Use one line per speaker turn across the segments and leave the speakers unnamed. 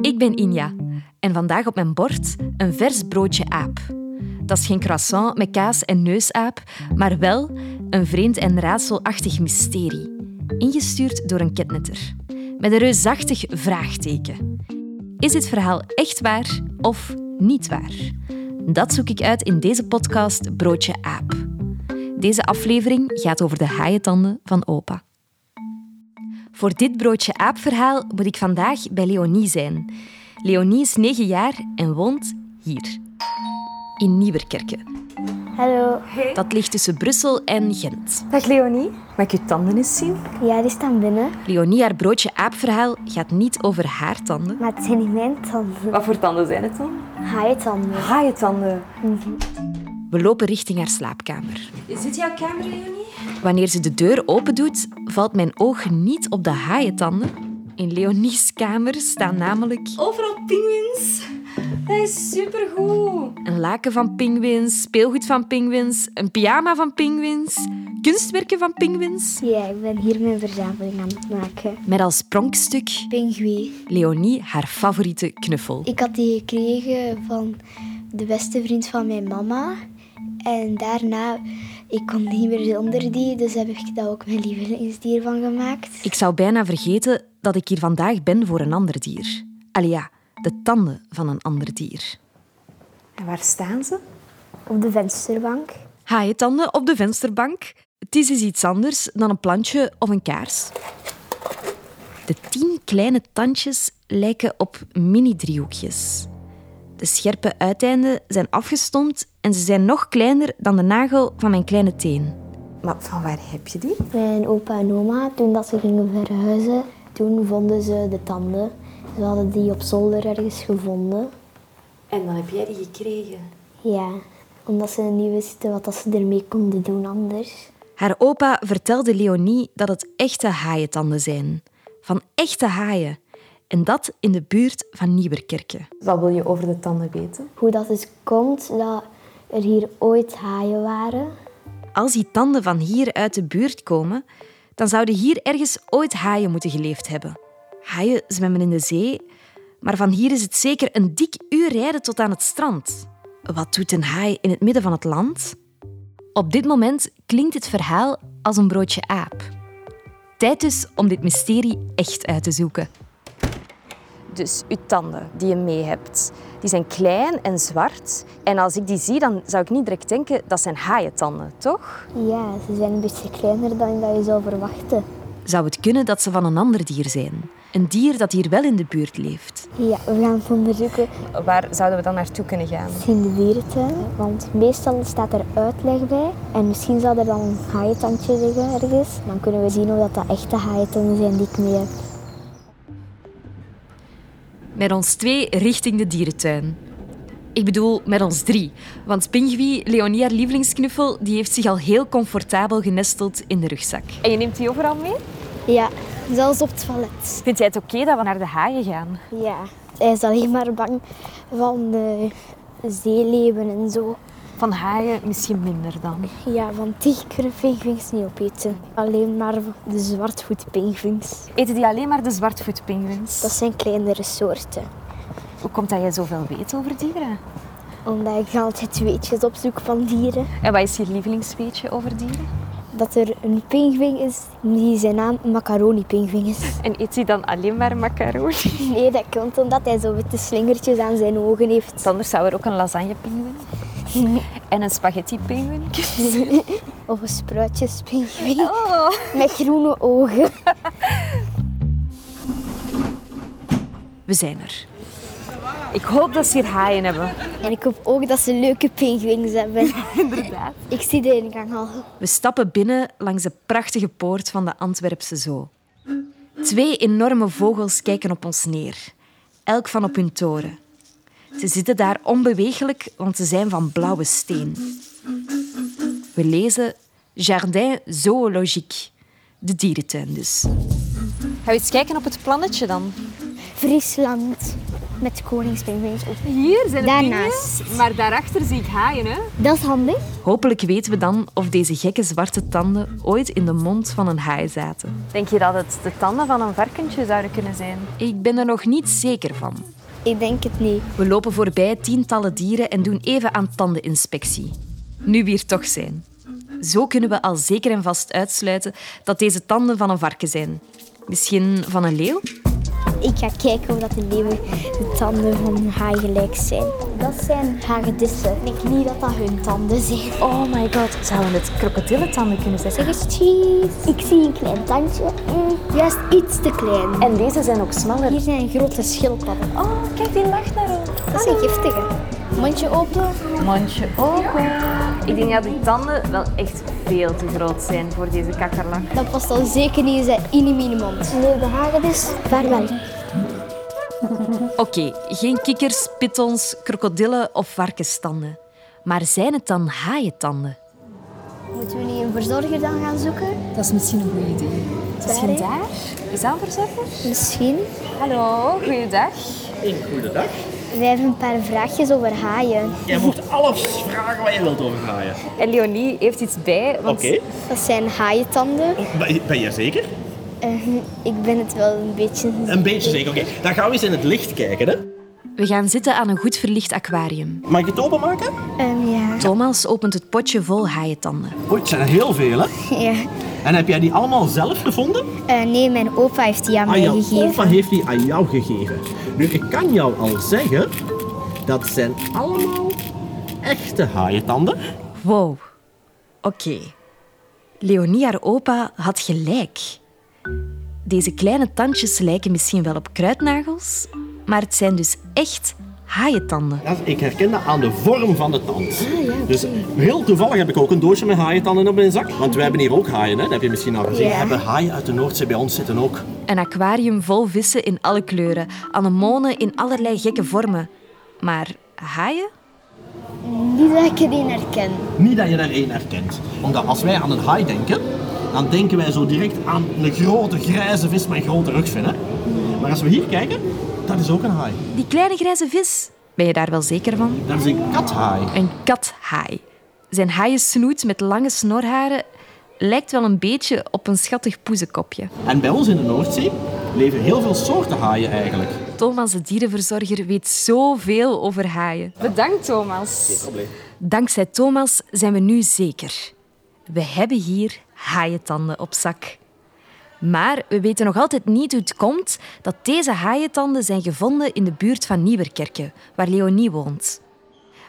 Ik ben Inja en vandaag op mijn bord een vers broodje aap. Dat is geen croissant met kaas en neusaap, maar wel een vreemd en raadselachtig mysterie, ingestuurd door een ketnetter. Met een reusachtig vraagteken. Is dit verhaal echt waar of niet waar? Dat zoek ik uit in deze podcast Broodje Aap. Deze aflevering gaat over de haaientanden van opa. Voor dit broodje aapverhaal moet ik vandaag bij Leonie zijn. Leonie is 9 jaar en woont hier. In Nieuwerkerken.
Hallo.
Dat ligt tussen Brussel en Gent.
Dag Leonie, mag ik je tanden eens zien?
Ja, die staan binnen,
Leonie, haar broodje aapverhaal gaat niet over haar tanden.
maar het zijn niet mijn tanden.
Wat voor tanden zijn het dan?
Haaientanden.
Haaientanden.
Mhm.
We lopen richting haar slaapkamer.
Is dit jouw kamer, Leonie?
Wanneer ze de deur opendoet, valt mijn oog niet op de haaientanden. In Leonie's kamer staan namelijk
Overal pinguïns. Dat is supergoed.
een laken van pinguïns, speelgoed van pinguïns, een pyjama van pinguïns, kunstwerken van pinguïns.
Ja, ik ben hier mijn verzameling aan het maken.
Met als pronkstuk
Pinguïn.
Leonie haar favoriete knuffel.
Ik had die gekregen van de beste vriend van mijn mama. En daarna, ik kon niet meer zonder die, dus heb ik daar ook mijn lievelingsdier van gemaakt.
Ik zou bijna vergeten dat ik hier vandaag ben voor een ander dier. Allee ja, de tanden van een ander dier.
En waar staan ze?
Op de vensterbank.
Haaientanden op de vensterbank. Het is eens iets anders dan een plantje of een kaars. De tien kleine tandjes lijken op mini-driehoekjes. De scherpe uiteinden zijn afgestompt en ze zijn nog kleiner dan de nagel van mijn kleine teen.
Maar van waar heb je die?
Mijn opa en oma, toen dat ze gingen verhuizen, toen vonden ze de tanden. Ze hadden die op zolder ergens gevonden.
En dan heb jij die gekregen.
Ja, omdat ze niet wisten wat dat ze ermee konden doen anders.
Haar opa vertelde Leonie dat het echte haaientanden zijn. Van echte haaien. En dat in de buurt van Nieuwerkerken.
Wat wil je over de tanden weten?
Hoe dat het komt dat er hier ooit haaien waren.
Als die tanden van hier uit de buurt komen, dan zouden hier ergens ooit haaien moeten geleefd hebben. Haaien zwemmen in de zee, maar van hier is het zeker een dik uur rijden tot aan het strand. Wat doet een haai in het midden van het land? Op dit moment klinkt het verhaal als een broodje aap. Tijd dus om dit mysterie echt uit te zoeken. Dus uw tanden die je mee hebt, die zijn klein en zwart. En als ik die zie, dan zou ik niet direct denken dat zijn haaientanden, toch?
Ja, ze zijn een beetje kleiner dan dat je zou verwachten.
Zou het kunnen dat ze van een ander dier zijn? Een dier dat hier wel in de buurt leeft.
Ja, we gaan het onderzoeken
Waar zouden we dan naartoe kunnen gaan?
in de dierentuin. Want meestal staat er uitleg bij. En misschien zal er dan een haaientandje liggen ergens. Dan kunnen we zien of dat, dat echte haaientanden zijn die ik mee heb.
Met ons twee richting de dierentuin. Ik bedoel, met ons drie. Want Pingui, Leonie, haar lievelingsknuffel, die heeft zich al heel comfortabel genesteld in de rugzak. En je neemt die overal mee?
Ja, zelfs op het toilet.
Vind jij het oké dat we naar de haaien gaan?
Ja, hij is alleen maar bang van de zeeleeuwen en zo.
Van haaien misschien minder dan.
Ja, want die kunnen pinguïns niet opeten. Alleen maar de zwartvoetpinguïns.
Eten die alleen maar de zwartvoetpinguïns?
Dat zijn kleinere soorten.
Hoe komt dat jij zoveel weet over dieren?
Omdat ik altijd weetjes opzoek van dieren.
En wat is je lievelingsweetje over dieren?
Dat er een pinguïn is die zijn naam macaroni-pinguïn is.
En eet hij dan alleen maar macaroni?
Nee, dat komt omdat hij zo witte slingertjes aan zijn ogen heeft.
Anders zou er ook een lasagne-pinguïn en een spaghetti-pinguïn
Of een spruitjespinguïn
Oh.
met groene ogen.
We zijn er. Ik hoop dat ze hier haaien hebben.
En ik hoop ook dat ze leuke pinguïns hebben.
Inderdaad.
Ik zie de ingang al.
We stappen binnen langs de prachtige poort van de Antwerpse Zoo. Twee enorme vogels kijken op ons neer, elk van op hun toren. Ze zitten daar onbeweeglijk, want ze zijn van blauwe steen. We lezen Jardin Zoologique, de dierentuin dus. Gaan we eens kijken op het plannetje dan?
Friesland. met de koningspinguïns op.
Hier zijn de
Daarnaast.
pinguïns, maar daarachter zie ik haaien. Hè?
Dat is handig.
Hopelijk weten we dan of deze gekke zwarte tanden ooit in de mond van een haai zaten.
Denk je dat het de tanden van een varkentje zouden kunnen zijn?
Ik ben er nog niet zeker van.
Ik denk het niet.
We lopen voorbij tientallen dieren en doen even aan tandeninspectie. Nu we hier toch zijn. Zo kunnen we al zeker en vast uitsluiten dat deze tanden van een varken zijn. Misschien van een leeuw?
Ik ga kijken of dat de leeuwen de tanden van een haai gelijk zijn. Dat zijn hagedissen. Ik denk niet dat dat hun tanden zijn.
Oh my god, zouden het krokodillentanden kunnen zijn?
Zeg eens cheese. Ik zie een klein tandje. Mm, juist iets te klein.
En deze zijn ook smaller.
Hier zijn grote schildpadden.
Oh, kijk, die lacht naar ons.
Oh, Dat zijn giftige. Mondje open.
Mondje open. Ik denk dat die tanden wel echt veel te groot zijn voor deze kakkerlak.
Dat past al zeker niet in zijn inimine mond. Nee, de hagedis. Vaarwel.
Oké, geen kikkers, pitons, krokodillen of varkenstanden. Maar zijn het dan haaientanden?
Moeten we niet een verzorger dan gaan zoeken?
Dat is misschien een goed idee.
Dus
Misschien daar?
Is dat een verzorger?
Misschien.
Hallo, goeiedag.
Een goede dag.
Wij hebben een paar vraagjes over haaien.
Jij mocht alles vragen wat je wilt over haaien.
En Leonie heeft iets bij, want
Oké.
Dat zijn haaientanden.
Ben- Ben je zeker?
Eh, ik ben het wel een beetje.
Een beetje zeker. Oké, dan gaan we eens in het licht kijken. Hè.
We gaan zitten aan een goed verlicht aquarium.
Mag ik het openmaken?
Ehm, ja.
Thomas opent het potje vol haaientanden.
Oei, het zijn er heel veel. Hè.
ja.
En heb jij die allemaal zelf gevonden?
Eh, nee, mijn opa heeft die aan
Ah,
mij
jouw
gegeven.
opa heeft die aan jou gegeven. Nu, ik kan jou al zeggen, dat zijn allemaal echte haaientanden.
Wow. Oké. Leonie, haar opa, had gelijk. Deze kleine tandjes lijken misschien wel op kruidnagels, maar het zijn dus echt haaientanden.
Ja, ik herken dat aan de vorm van de tand.
Ah,
Dus heel toevallig heb ik ook een doosje met haaientanden op mijn zak. Want wij hebben hier ook haaien, hè? dat heb je misschien al gezien.
Ja.
We hebben haaien uit de Noordzee bij ons zitten ook.
Een aquarium vol vissen in alle kleuren, anemonen in allerlei gekke vormen. Maar haaien?
Niet dat ik die herken.
Niet dat je er één herkent. Omdat als wij aan een haai denken, dan denken wij zo direct aan een grote grijze vis met een grote rugvin. Hè? Maar als we hier kijken, dat is ook een haai.
Die kleine grijze vis? Ben je daar wel zeker van?
Dat is een kathaai.
Een kathaai. Zijn haaien snoet met lange snorharen lijkt wel een beetje op een schattig poezenkopje.
En bij ons in de Noordzee leven heel veel soorten haaien eigenlijk.
Thomas, de dierenverzorger, weet zoveel over haaien.
bedankt Thomas.
Dankzij Thomas zijn we nu zeker. We hebben hier haaientanden op zak. Maar we weten nog altijd niet hoe het komt dat deze haaientanden zijn gevonden in de buurt van Nieuwerkerke, waar Leonie woont.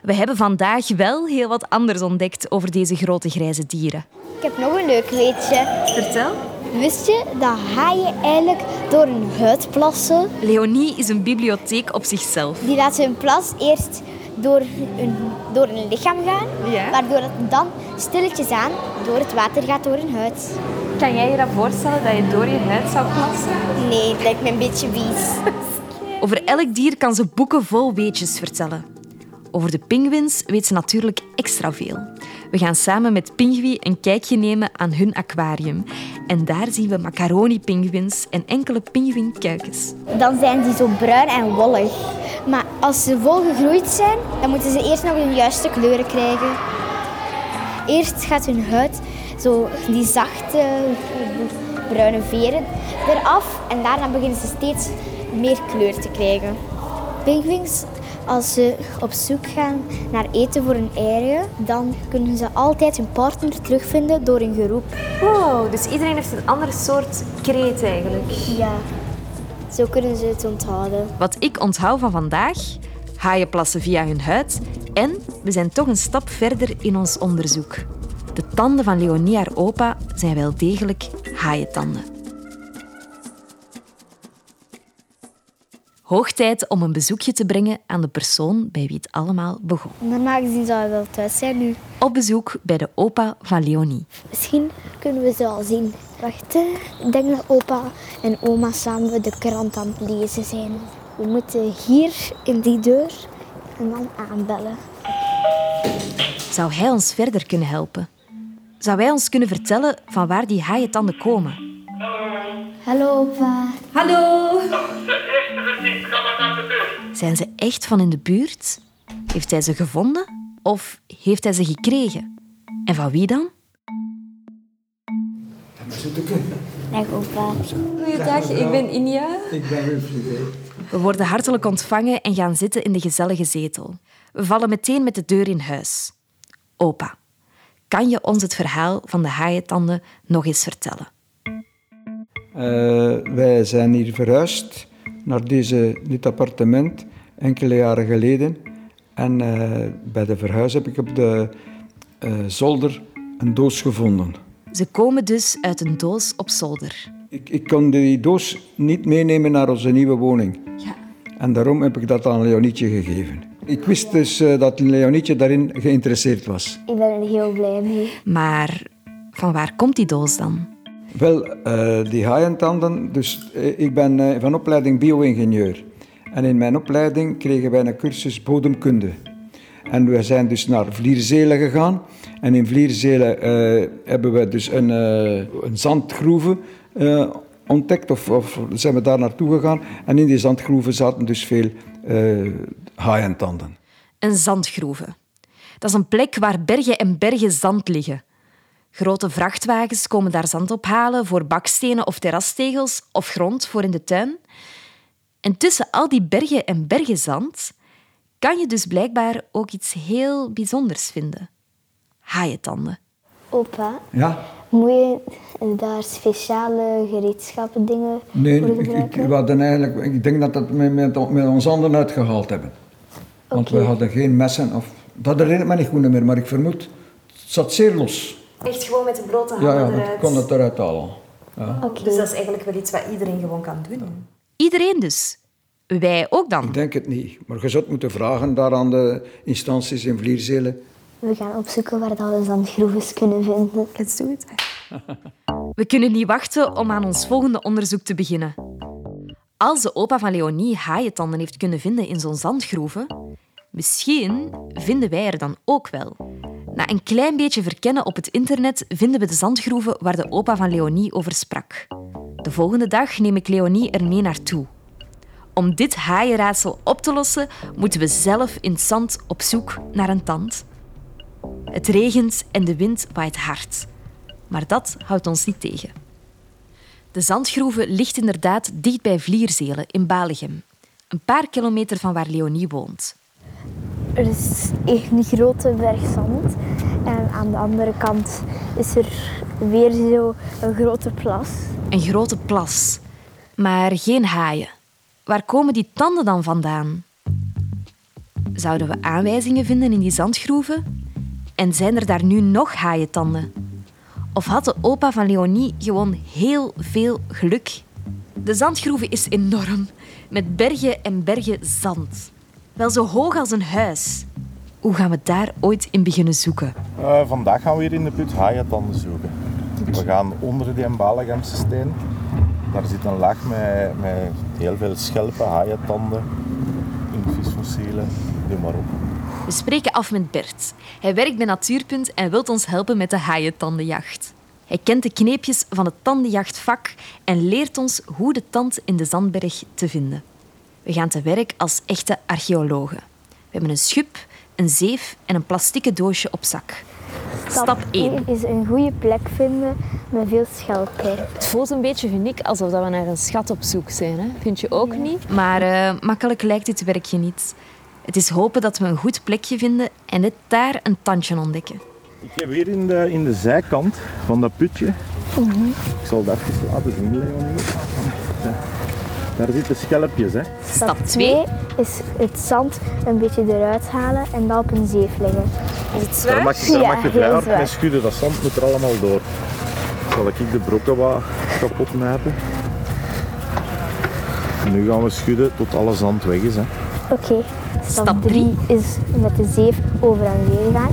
We hebben vandaag wel heel wat anders ontdekt over deze grote grijze dieren.
Ik heb nog een leuk weetje.
Vertel.
Wist je dat haaien eigenlijk door hun huid plassen?
Leonie is een bibliotheek op zichzelf.
Die laten hun plas eerst door hun, door hun lichaam gaan.
Ja.
Waardoor het dan stilletjes aan door het water gaat door hun huid.
Kan jij je dat voorstellen dat je door je huid zou plassen?
Nee, het lijkt me een beetje vies.
Over elk dier kan ze boeken vol weetjes vertellen. Over de pinguïns weet ze natuurlijk extra veel. We gaan samen met Pingui een kijkje nemen aan hun aquarium. En daar zien we macaroni-pinguïns en enkele pinguïnkuikens.
Dan zijn die zo bruin en wollig. Maar als ze vol gegroeid zijn, dan moeten ze eerst nog hun juiste kleuren krijgen. Eerst gaat hun huid, zo die zachte bruine veren, eraf. En daarna beginnen ze steeds meer kleur te krijgen. Pinguïns, als ze op zoek gaan naar eten voor hun eieren, dan kunnen ze altijd hun partner terugvinden door hun geroep.
Wow, dus iedereen heeft een ander soort kreet eigenlijk.
Ja. Zo kunnen ze het onthouden.
Wat ik onthoud van vandaag: haaien plassen via hun huid. En we zijn toch een stap verder in ons onderzoek. De tanden van Leonie, haar opa, zijn wel degelijk haaientanden. Hoog tijd om een bezoekje te brengen aan de persoon bij wie het allemaal begon.
Normaal gezien zou hij wel thuis zijn nu.
Op bezoek bij de opa van Leonie.
Misschien kunnen we ze al zien. Wacht, hè. ik denk dat opa en oma samen de krant aan het lezen zijn. We moeten hier in die deur en dan aanbellen.
Zou hij ons verder kunnen helpen? Zou hij ons kunnen vertellen van waar die haaientanden komen?
Hallo opa.
Gisteren politie, ga maar naar de deur.
Zijn ze echt van in de buurt? Heeft hij ze gevonden of heeft hij ze gekregen? En van wie dan?
Dag opa.
Goeiedag, ik ben Inja.
We worden hartelijk ontvangen en gaan zitten in de gezellige zetel. We vallen meteen met de deur in huis. Opa, kan je ons het verhaal van de haaientanden nog eens vertellen?
Eh, wij zijn hier verhuisd naar deze, dit appartement enkele jaren geleden. En eh, bij de verhuis heb ik op de eh, zolder een doos gevonden.
Ze komen dus uit een doos op zolder.
Ik, ik kon die doos niet meenemen naar onze nieuwe woning. En daarom heb ik dat aan Leonietje gegeven. Ik wist dus eh, dat Leonietje daarin geïnteresseerd was.
Ik ben er heel blij mee.
Maar van waar komt die doos dan?
Wel, eh, die haaientanden. Dus eh, ik ben eh, van opleiding bio-ingenieur. En in mijn opleiding kregen wij een cursus bodemkunde. En we zijn dus naar Vlierzelen gegaan. En in Vlierzelen eh, hebben we dus een, eh, een zandgroeven eh, ontdekt, of, of zijn we daar naartoe gegaan. En in die zandgroeven zaten dus veel eh haaientanden.
Een zandgroeve. Dat is een plek waar bergen en bergen zand liggen. Grote vrachtwagens komen daar zand ophalen voor bakstenen of terrastegels of grond voor in de tuin. En tussen al die bergen en bergen zand kan je dus blijkbaar ook iets heel bijzonders vinden. Haaientanden.
Opa,
Ja,
moet je daar speciale gereedschappen dingen
Nee,
voor
ik, ik,
gebruiken?
we hadden eigenlijk, ik denk dat dat met, met, met ons handen uitgehaald hebben. Want we hadden geen messen of... Dat herinner ik me niet goed meer, maar ik vermoed... Het zat zeer los.
Echt gewoon met de blote handen
Ja, ja, dat
eruit.
kon het eruit halen. Ja.
Oké.
Dus dat is eigenlijk wel iets wat iedereen gewoon kan doen.
Iedereen dus. Wij ook dan.
Ik denk het niet. Maar je zou het moeten vragen daar aan de instanties in Vlierzelen.
We gaan opzoeken waar dat we zandgroeves kunnen vinden.
Let's do it.
We kunnen niet wachten om aan ons volgende onderzoek te beginnen. Als de opa van Leonie haaientanden heeft kunnen vinden in zo'n zandgroeven, misschien vinden wij er dan ook wel. Na een klein beetje verkennen op het internet vinden we de zandgroeven waar de opa van Leonie over sprak. De volgende dag neem ik Leonie er mee naartoe. Om dit haaienraadsel op te lossen, moeten we zelf in het zand op zoek naar een tand. Het regent en de wind waait hard. Maar dat houdt ons niet tegen. De zandgroeven ligt inderdaad dicht bij Vlierzelen in Baligem. Een paar kilometer van waar Leonie woont.
Er is echt een grote berg zand. En aan de andere kant is er weer zo een grote plas.
Een grote plas. Maar geen haaien. Waar komen die tanden dan vandaan? Zouden we aanwijzingen vinden in die zandgroeven? En zijn er daar nu nog haaientanden? Of had de opa van Leonie gewoon heel veel geluk? De zandgroeven is enorm, met bergen en bergen zand. Wel zo hoog als een huis. Hoe gaan we daar ooit in beginnen zoeken?
Eh, vandaag gaan we hier in de put haaientanden zoeken. We gaan onder die Balagamse steen. Daar zit een laag met, met heel veel schelpen, haaientanden, invisfossielen, noem maar op.
We spreken af met Bert. Hij werkt bij Natuurpunt en wil ons helpen met de haaientandenjacht. Hij kent de kneepjes van het tandenjachtvak en leert ons hoe de tand in de zandberg te vinden. We gaan te werk als echte archeologen. We hebben een schub, een zeef en een plastieke doosje op zak. Stap 1.
is een goede plek vinden met veel schelpen.
Het voelt een beetje, vind ik, alsof dat we naar een schat op zoek zijn. Hè? Vind je ook niet?
Maar eh, makkelijk lijkt dit werkje niet. Het is hopen dat we een goed plekje vinden en dit daar een tandje ontdekken.
Ik heb hier in de, in de zijkant van dat putje, ik zal dat even laten zien, Leonie. Ja. Daar zitten schelpjes, hè.
Stap
Twee
2.
is het zand een beetje eruit halen en dan op een zeef leggen.
Daar mag je, daar
Ja,
mag je
heel
vrij hard
zwaar.
mee schudden, dat zand moet er allemaal door. Zal ik de brokken wat kapot nijpen. Nu gaan we schudden tot alle zand weg is. Hè.
Oké,
Stap
stap 3 is met de zeef over en weer gaan.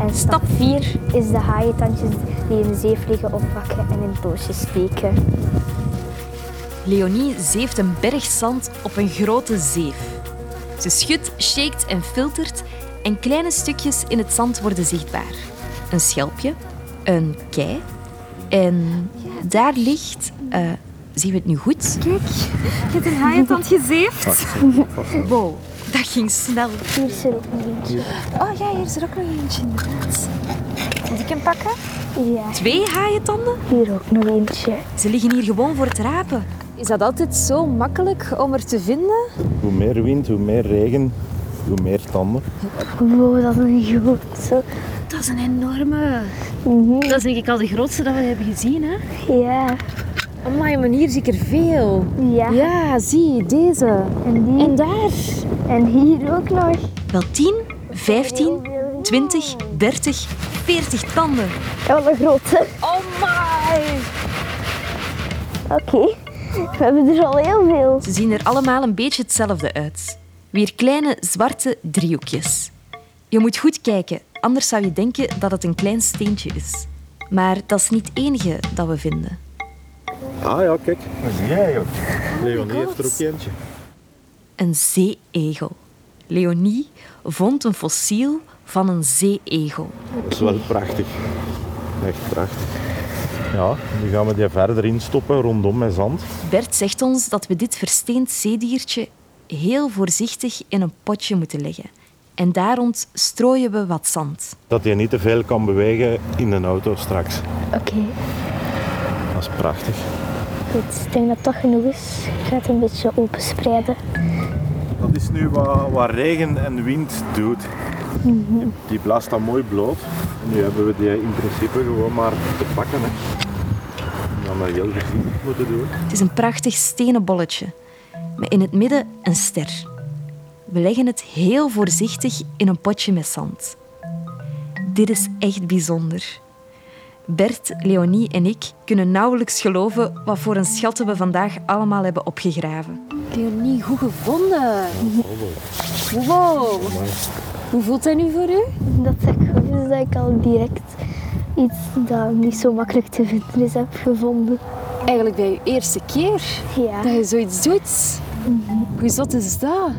En stap 4 is de haaientandjes die in de zeef liggen oppakken en in het doosje steken.
Leonie zeeft een berg zand op een grote zeef. Ze schudt, shakt en filtert en kleine stukjes in het zand worden zichtbaar. Een schelpje, een kei en daar ligt Eh, zien we het nu goed?
Kijk, je hebt een haaientand gezeefd.
Wow, dat ging snel.
Hier zit ook nog eentje.
Oh ja, hier is er ook nog eentje inderdaad. Moet ik hem pakken?
Ja,
Twee haaientanden?
hier ook nog eentje.
Ze liggen hier gewoon voor het rapen.
Is dat altijd zo makkelijk om er te vinden?
Hoe meer wind, hoe meer regen, hoe meer tanden.
Wow, dat is een grote.
Dat is een enorme.
Mhm.
Dat is denk ik al de grootste dat we hebben gezien. Hè?
Ja,
Amai, maar hier zie ik er veel.
ja.
Ja, zie, deze.
En die. En daar. En hier ook nog.
Wel 10, 15, 20, 30, 40 tanden.
Ja, wat een grote.
Oh my!
Oké. We hebben er al heel veel.
Ze zien er allemaal een beetje hetzelfde uit. Weer kleine zwarte driehoekjes. Je moet goed kijken, anders zou je denken dat het een klein steentje is. Maar dat is niet het enige dat we vinden.
Ah ja, kijk. Wat zie jij eigenlijk? Leonie heeft er ook eentje.
Een zeeegel. Leonie vond een fossiel van een zeeegel.
Dat is wel prachtig. Echt prachtig. Ja, nu gaan we die verder instoppen rondom met zand.
Bert zegt ons dat we dit versteend zeediertje heel voorzichtig in een potje moeten leggen. En daar rond strooien we wat zand.
Dat hij niet te veel kan bewegen in een auto straks.
Oké,
Dat is prachtig.
goed. Ik denk dat dat genoeg is. Ik ga het een beetje openspreiden.
Dat is nu wat, wat regen en wind doet. Die blaast dat mooi bloot. En nu hebben we die in principe gewoon maar te pakken. Hè. En dan dat heel voorzichtig moeten doen.
Het is een prachtig stenen bolletje, met in het midden een ster. We leggen het heel voorzichtig in een potje met zand. Dit is echt bijzonder. Bert, Leonie en ik kunnen nauwelijks geloven wat voor een schatten we vandaag allemaal hebben opgegraven.
Leonie, goed gevonden. Wow. Hoe voelt dat nu voor u?
Dat dat goed is dat ik al direct iets dat niet zo makkelijk te vinden is heb gevonden.
Eigenlijk bij je eerste keer
Ja,
dat je zoiets doet. Hoe zot is dat?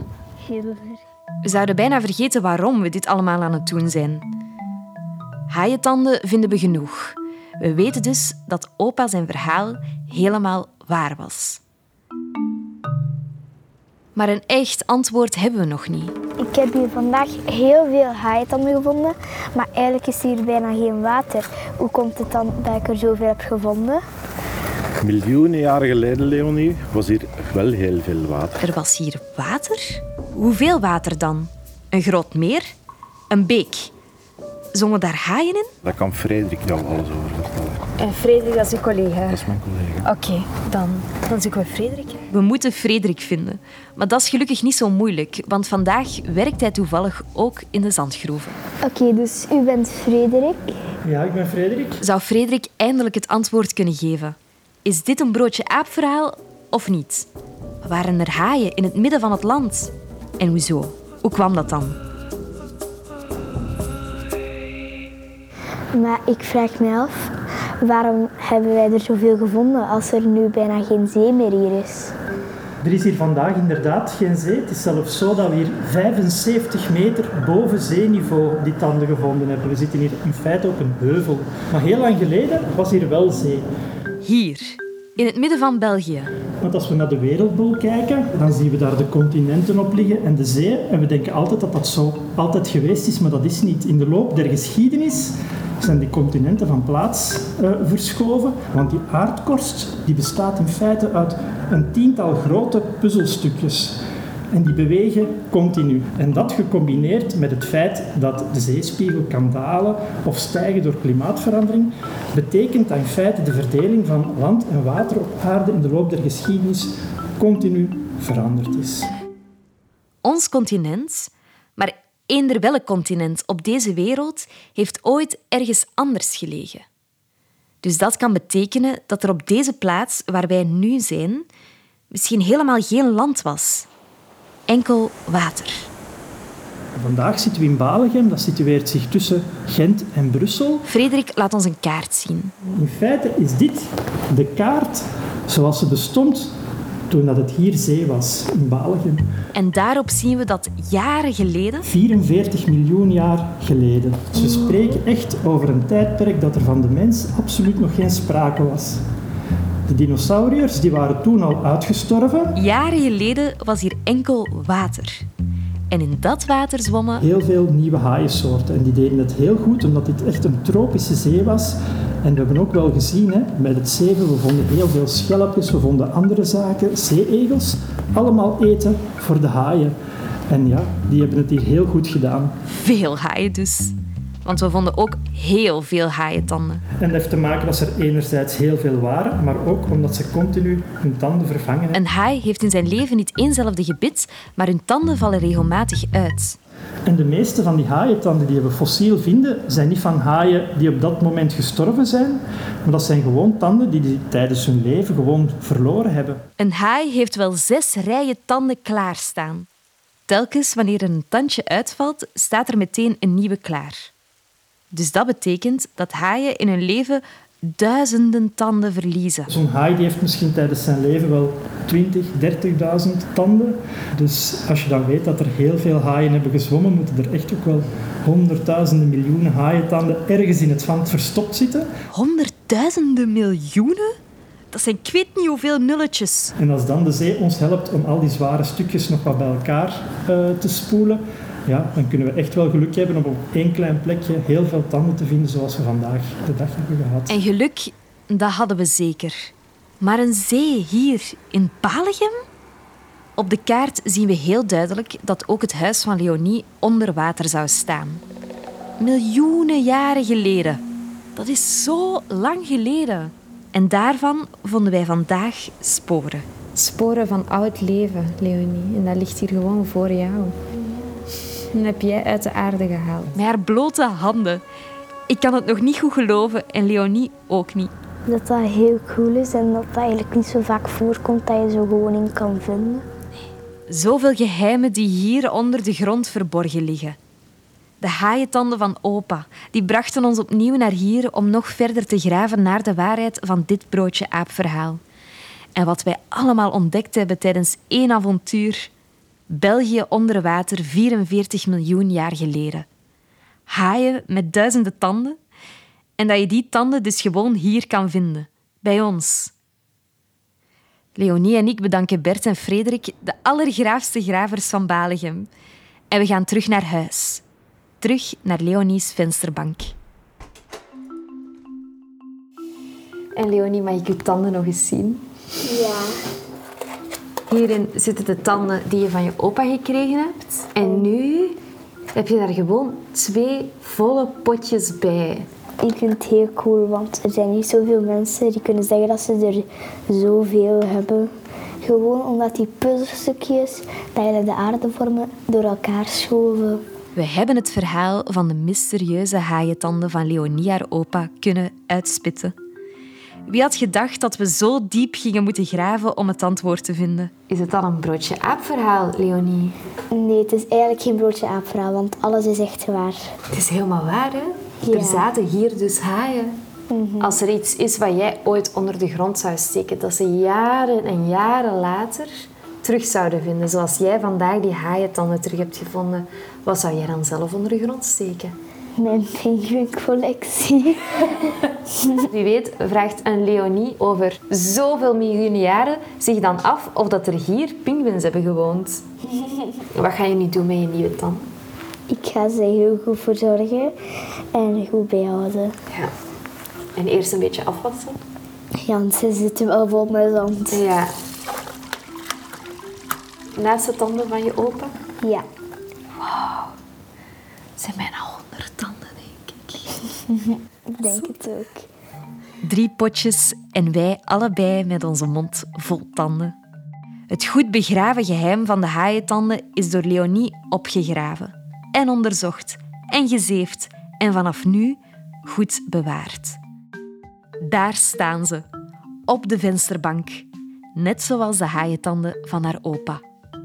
heel erg.
We zouden bijna vergeten waarom we dit allemaal aan het doen zijn. Haaientanden vinden we genoeg. We weten dus dat opa zijn verhaal helemaal waar was. Maar een echt antwoord hebben we nog niet.
Ik heb hier vandaag heel veel haaientanden gevonden, maar eigenlijk is hier bijna geen water. Hoe komt het dan dat ik er zoveel heb gevonden?
Miljoenen jaren geleden, Leonie, was hier wel heel veel water.
Er was hier water? Hoeveel water dan? Een groot meer? Een beek? Zongen daar haaien in?
Daar kan Frederik jou alles over vertellen.
En Frederik, dat is uw collega.
Dat is mijn collega.
Oké, dan, dan zoeken we Frederik.
We moeten Frederik vinden. Maar dat is gelukkig niet zo moeilijk, want vandaag werkt hij toevallig ook in de zandgroeven.
Oké, dus u bent Frederik.
Ja, ik ben Frederik.
Zou Frederik eindelijk het antwoord kunnen geven? Is dit een broodje aapverhaal of niet? Waren er haaien in het midden van het land? En hoezo? Hoe kwam dat dan?
Maar ik vraag me af, waarom hebben wij er zoveel gevonden als er nu bijna geen zee meer hier is?
Er is hier vandaag inderdaad geen zee. Het is zelfs zo dat we hier 75 meter boven zeeniveau die tanden gevonden hebben. We zitten hier in feite op een heuvel. Maar heel lang geleden was hier wel zee.
Hier, in het midden van België.
Want als we naar de wereldbol kijken, dan zien we daar de continenten op liggen en de zee. En we denken altijd dat dat zo altijd geweest is, maar dat is niet. In de loop der geschiedenis zijn die continenten van plaats eh, verschoven. Want die aardkorst die bestaat in feite uit een tiental grote puzzelstukjes. En die bewegen continu. En dat gecombineerd met het feit dat de zeespiegel kan dalen of stijgen door klimaatverandering, betekent dat in feite de verdeling van land en water op aarde in de loop der geschiedenis continu veranderd is.
Ons continent, maar eender welk continent op deze wereld, heeft ooit ergens anders gelegen. Dus dat kan betekenen dat er op deze plaats waar wij nu zijn, misschien helemaal geen land was. Enkel water.
En vandaag zitten we in Balegem, dat situeert zich tussen Gent en Brussel.
Frederik laat ons een kaart zien.
In feite is dit de kaart zoals ze bestond toen dat het hier zee was in Balegem.
En daarop zien we dat jaren geleden
44 miljoen jaar geleden. Dus we spreken echt over een tijdperk dat er van de mens absoluut nog geen sprake was. De dinosauriërs die waren toen al uitgestorven.
Jaren geleden was hier enkel water. En in dat water zwommen
Heel veel nieuwe haaiensoorten. En die deden het heel goed, omdat dit echt een tropische zee was. En we hebben ook wel gezien, hè, met het zeven, we vonden heel veel schelpjes, we vonden andere zaken, zeeegels. Allemaal eten voor de haaien. En ja, die hebben het hier heel goed gedaan.
veel haaien dus. Want we vonden ook heel veel haaientanden.
En dat heeft te maken dat ze er enerzijds heel veel waren, maar ook omdat ze continu hun tanden vervangen.
Een haai heeft in zijn leven niet éénzelfde gebit, maar hun tanden vallen regelmatig uit.
En de meeste van die haaientanden die we fossiel vinden, zijn niet van haaien die op dat moment gestorven zijn, maar dat zijn gewoon tanden die die tijdens hun leven gewoon verloren hebben.
Een haai heeft wel zes rijen tanden klaarstaan. Telkens wanneer er een tandje uitvalt, staat er meteen een nieuwe klaar. Dus dat betekent dat haaien in hun leven duizenden tanden verliezen.
Zo'n haai die heeft misschien tijdens zijn leven wel 20, 30.000 tanden. Dus als je dan weet dat er heel veel haaien hebben gezwommen, moeten er echt ook wel honderdduizenden miljoenen haaientanden ergens in het zand verstopt zitten.
Honderdduizenden miljoenen? Dat zijn ik weet niet hoeveel nulletjes.
En als dan de zee ons helpt om al die zware stukjes nog wat bij elkaar eh, te spoelen, ja, dan kunnen we echt wel geluk hebben om op één klein plekje heel veel tanden te vinden zoals we vandaag de dag hebben gehad.
En geluk, dat hadden we zeker. Maar een zee hier in Balegem? Op de kaart zien we heel duidelijk dat ook het huis van Leonie onder water zou staan. Miljoenen jaren geleden. Dat is zo lang geleden. En daarvan vonden wij vandaag sporen.
Sporen van oud leven, Leonie. En dat ligt hier gewoon voor jou. Dat heb jij uit de aarde gehaald.
Met haar blote handen. Ik kan het nog niet goed geloven en Leonie ook niet.
Dat dat heel cool is en dat dat eigenlijk niet zo vaak voorkomt dat je zo gewoon in kan vinden.
Zoveel geheimen die hier onder de grond verborgen liggen. De haaientanden van opa, die brachten ons opnieuw naar hier om nog verder te graven naar de waarheid van dit broodje aapverhaal. En wat wij allemaal ontdekt hebben tijdens één avontuur. België onder water 44 miljoen jaar geleden. Haaien met duizenden tanden. En dat je die tanden dus gewoon hier kan vinden. Bij ons. Leonie en ik bedanken Bert en Frederik, de allergraafste gravers van Balegem. En we gaan terug naar huis. Terug naar Leonie's vensterbank.
En Leonie, mag ik uw tanden nog eens zien?
Ja.
Hierin zitten de tanden die je van je opa gekregen hebt. En nu heb je daar gewoon twee volle potjes bij.
Ik vind het heel cool, want er zijn niet zoveel mensen die kunnen zeggen dat ze er zoveel hebben. Gewoon omdat die puzzelstukjes tijdens de aarde vormen door elkaar schoven.
We hebben het verhaal van de mysterieuze haaientanden van Leonie haar opa kunnen uitspitten. Wie had gedacht dat we zo diep gingen moeten graven om het antwoord te vinden?
Is het dan een broodje aapverhaal, Leonie?
Nee, het is eigenlijk geen broodje aapverhaal, want alles is echt waar.
Het is helemaal waar, hè?
Ja.
Er zaten hier dus haaien. Als er iets is wat jij ooit onder de grond zou steken, dat ze jaren en jaren later terug zouden vinden, zoals jij vandaag die haaientanden terug hebt gevonden, wat zou jij dan zelf onder de grond steken?
Mijn pinguïncollectie.
Wie weet vraagt een Leonie over zoveel miljoenen jaren zich dan af of dat er hier pinguïns hebben gewoond. Wat ga je nu doen met je nieuwe tand?
Ik ga ze heel goed verzorgen en goed bijhouden.
Ja. En eerst een beetje afwassen.
Jan, ze zitten wel vol met zand.
Ja. Naast de tanden van je opa
Ja.
zijn bijna honderd tanden, denk ik.
Ik denk het ook.
Drie potjes en wij allebei met onze mond vol tanden. Het goed begraven geheim van de haaientanden is door Leonie opgegraven en onderzocht en gezeefd en vanaf nu goed bewaard. Daar staan ze, op de vensterbank, net zoals de haaientanden van haar opa.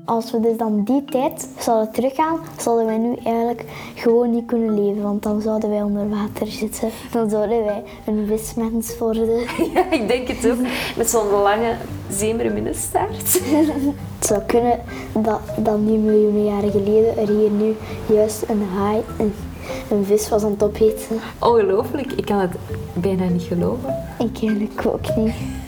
Als we dus dan die tijd zouden teruggaan, zouden wij nu eigenlijk gewoon niet kunnen leven. Want dan zouden wij onder water zitten. Dan zouden wij een vismens worden.
Ja, ik denk het ook. Met zo'n lange zeemerminnenstaart.
Het zou kunnen dat dan die miljoenen jaren geleden er hier nu juist een haai, een, een vis was aan het opeten.
Ongelooflijk, ik kan het bijna niet geloven.
Ik eigenlijk ook niet.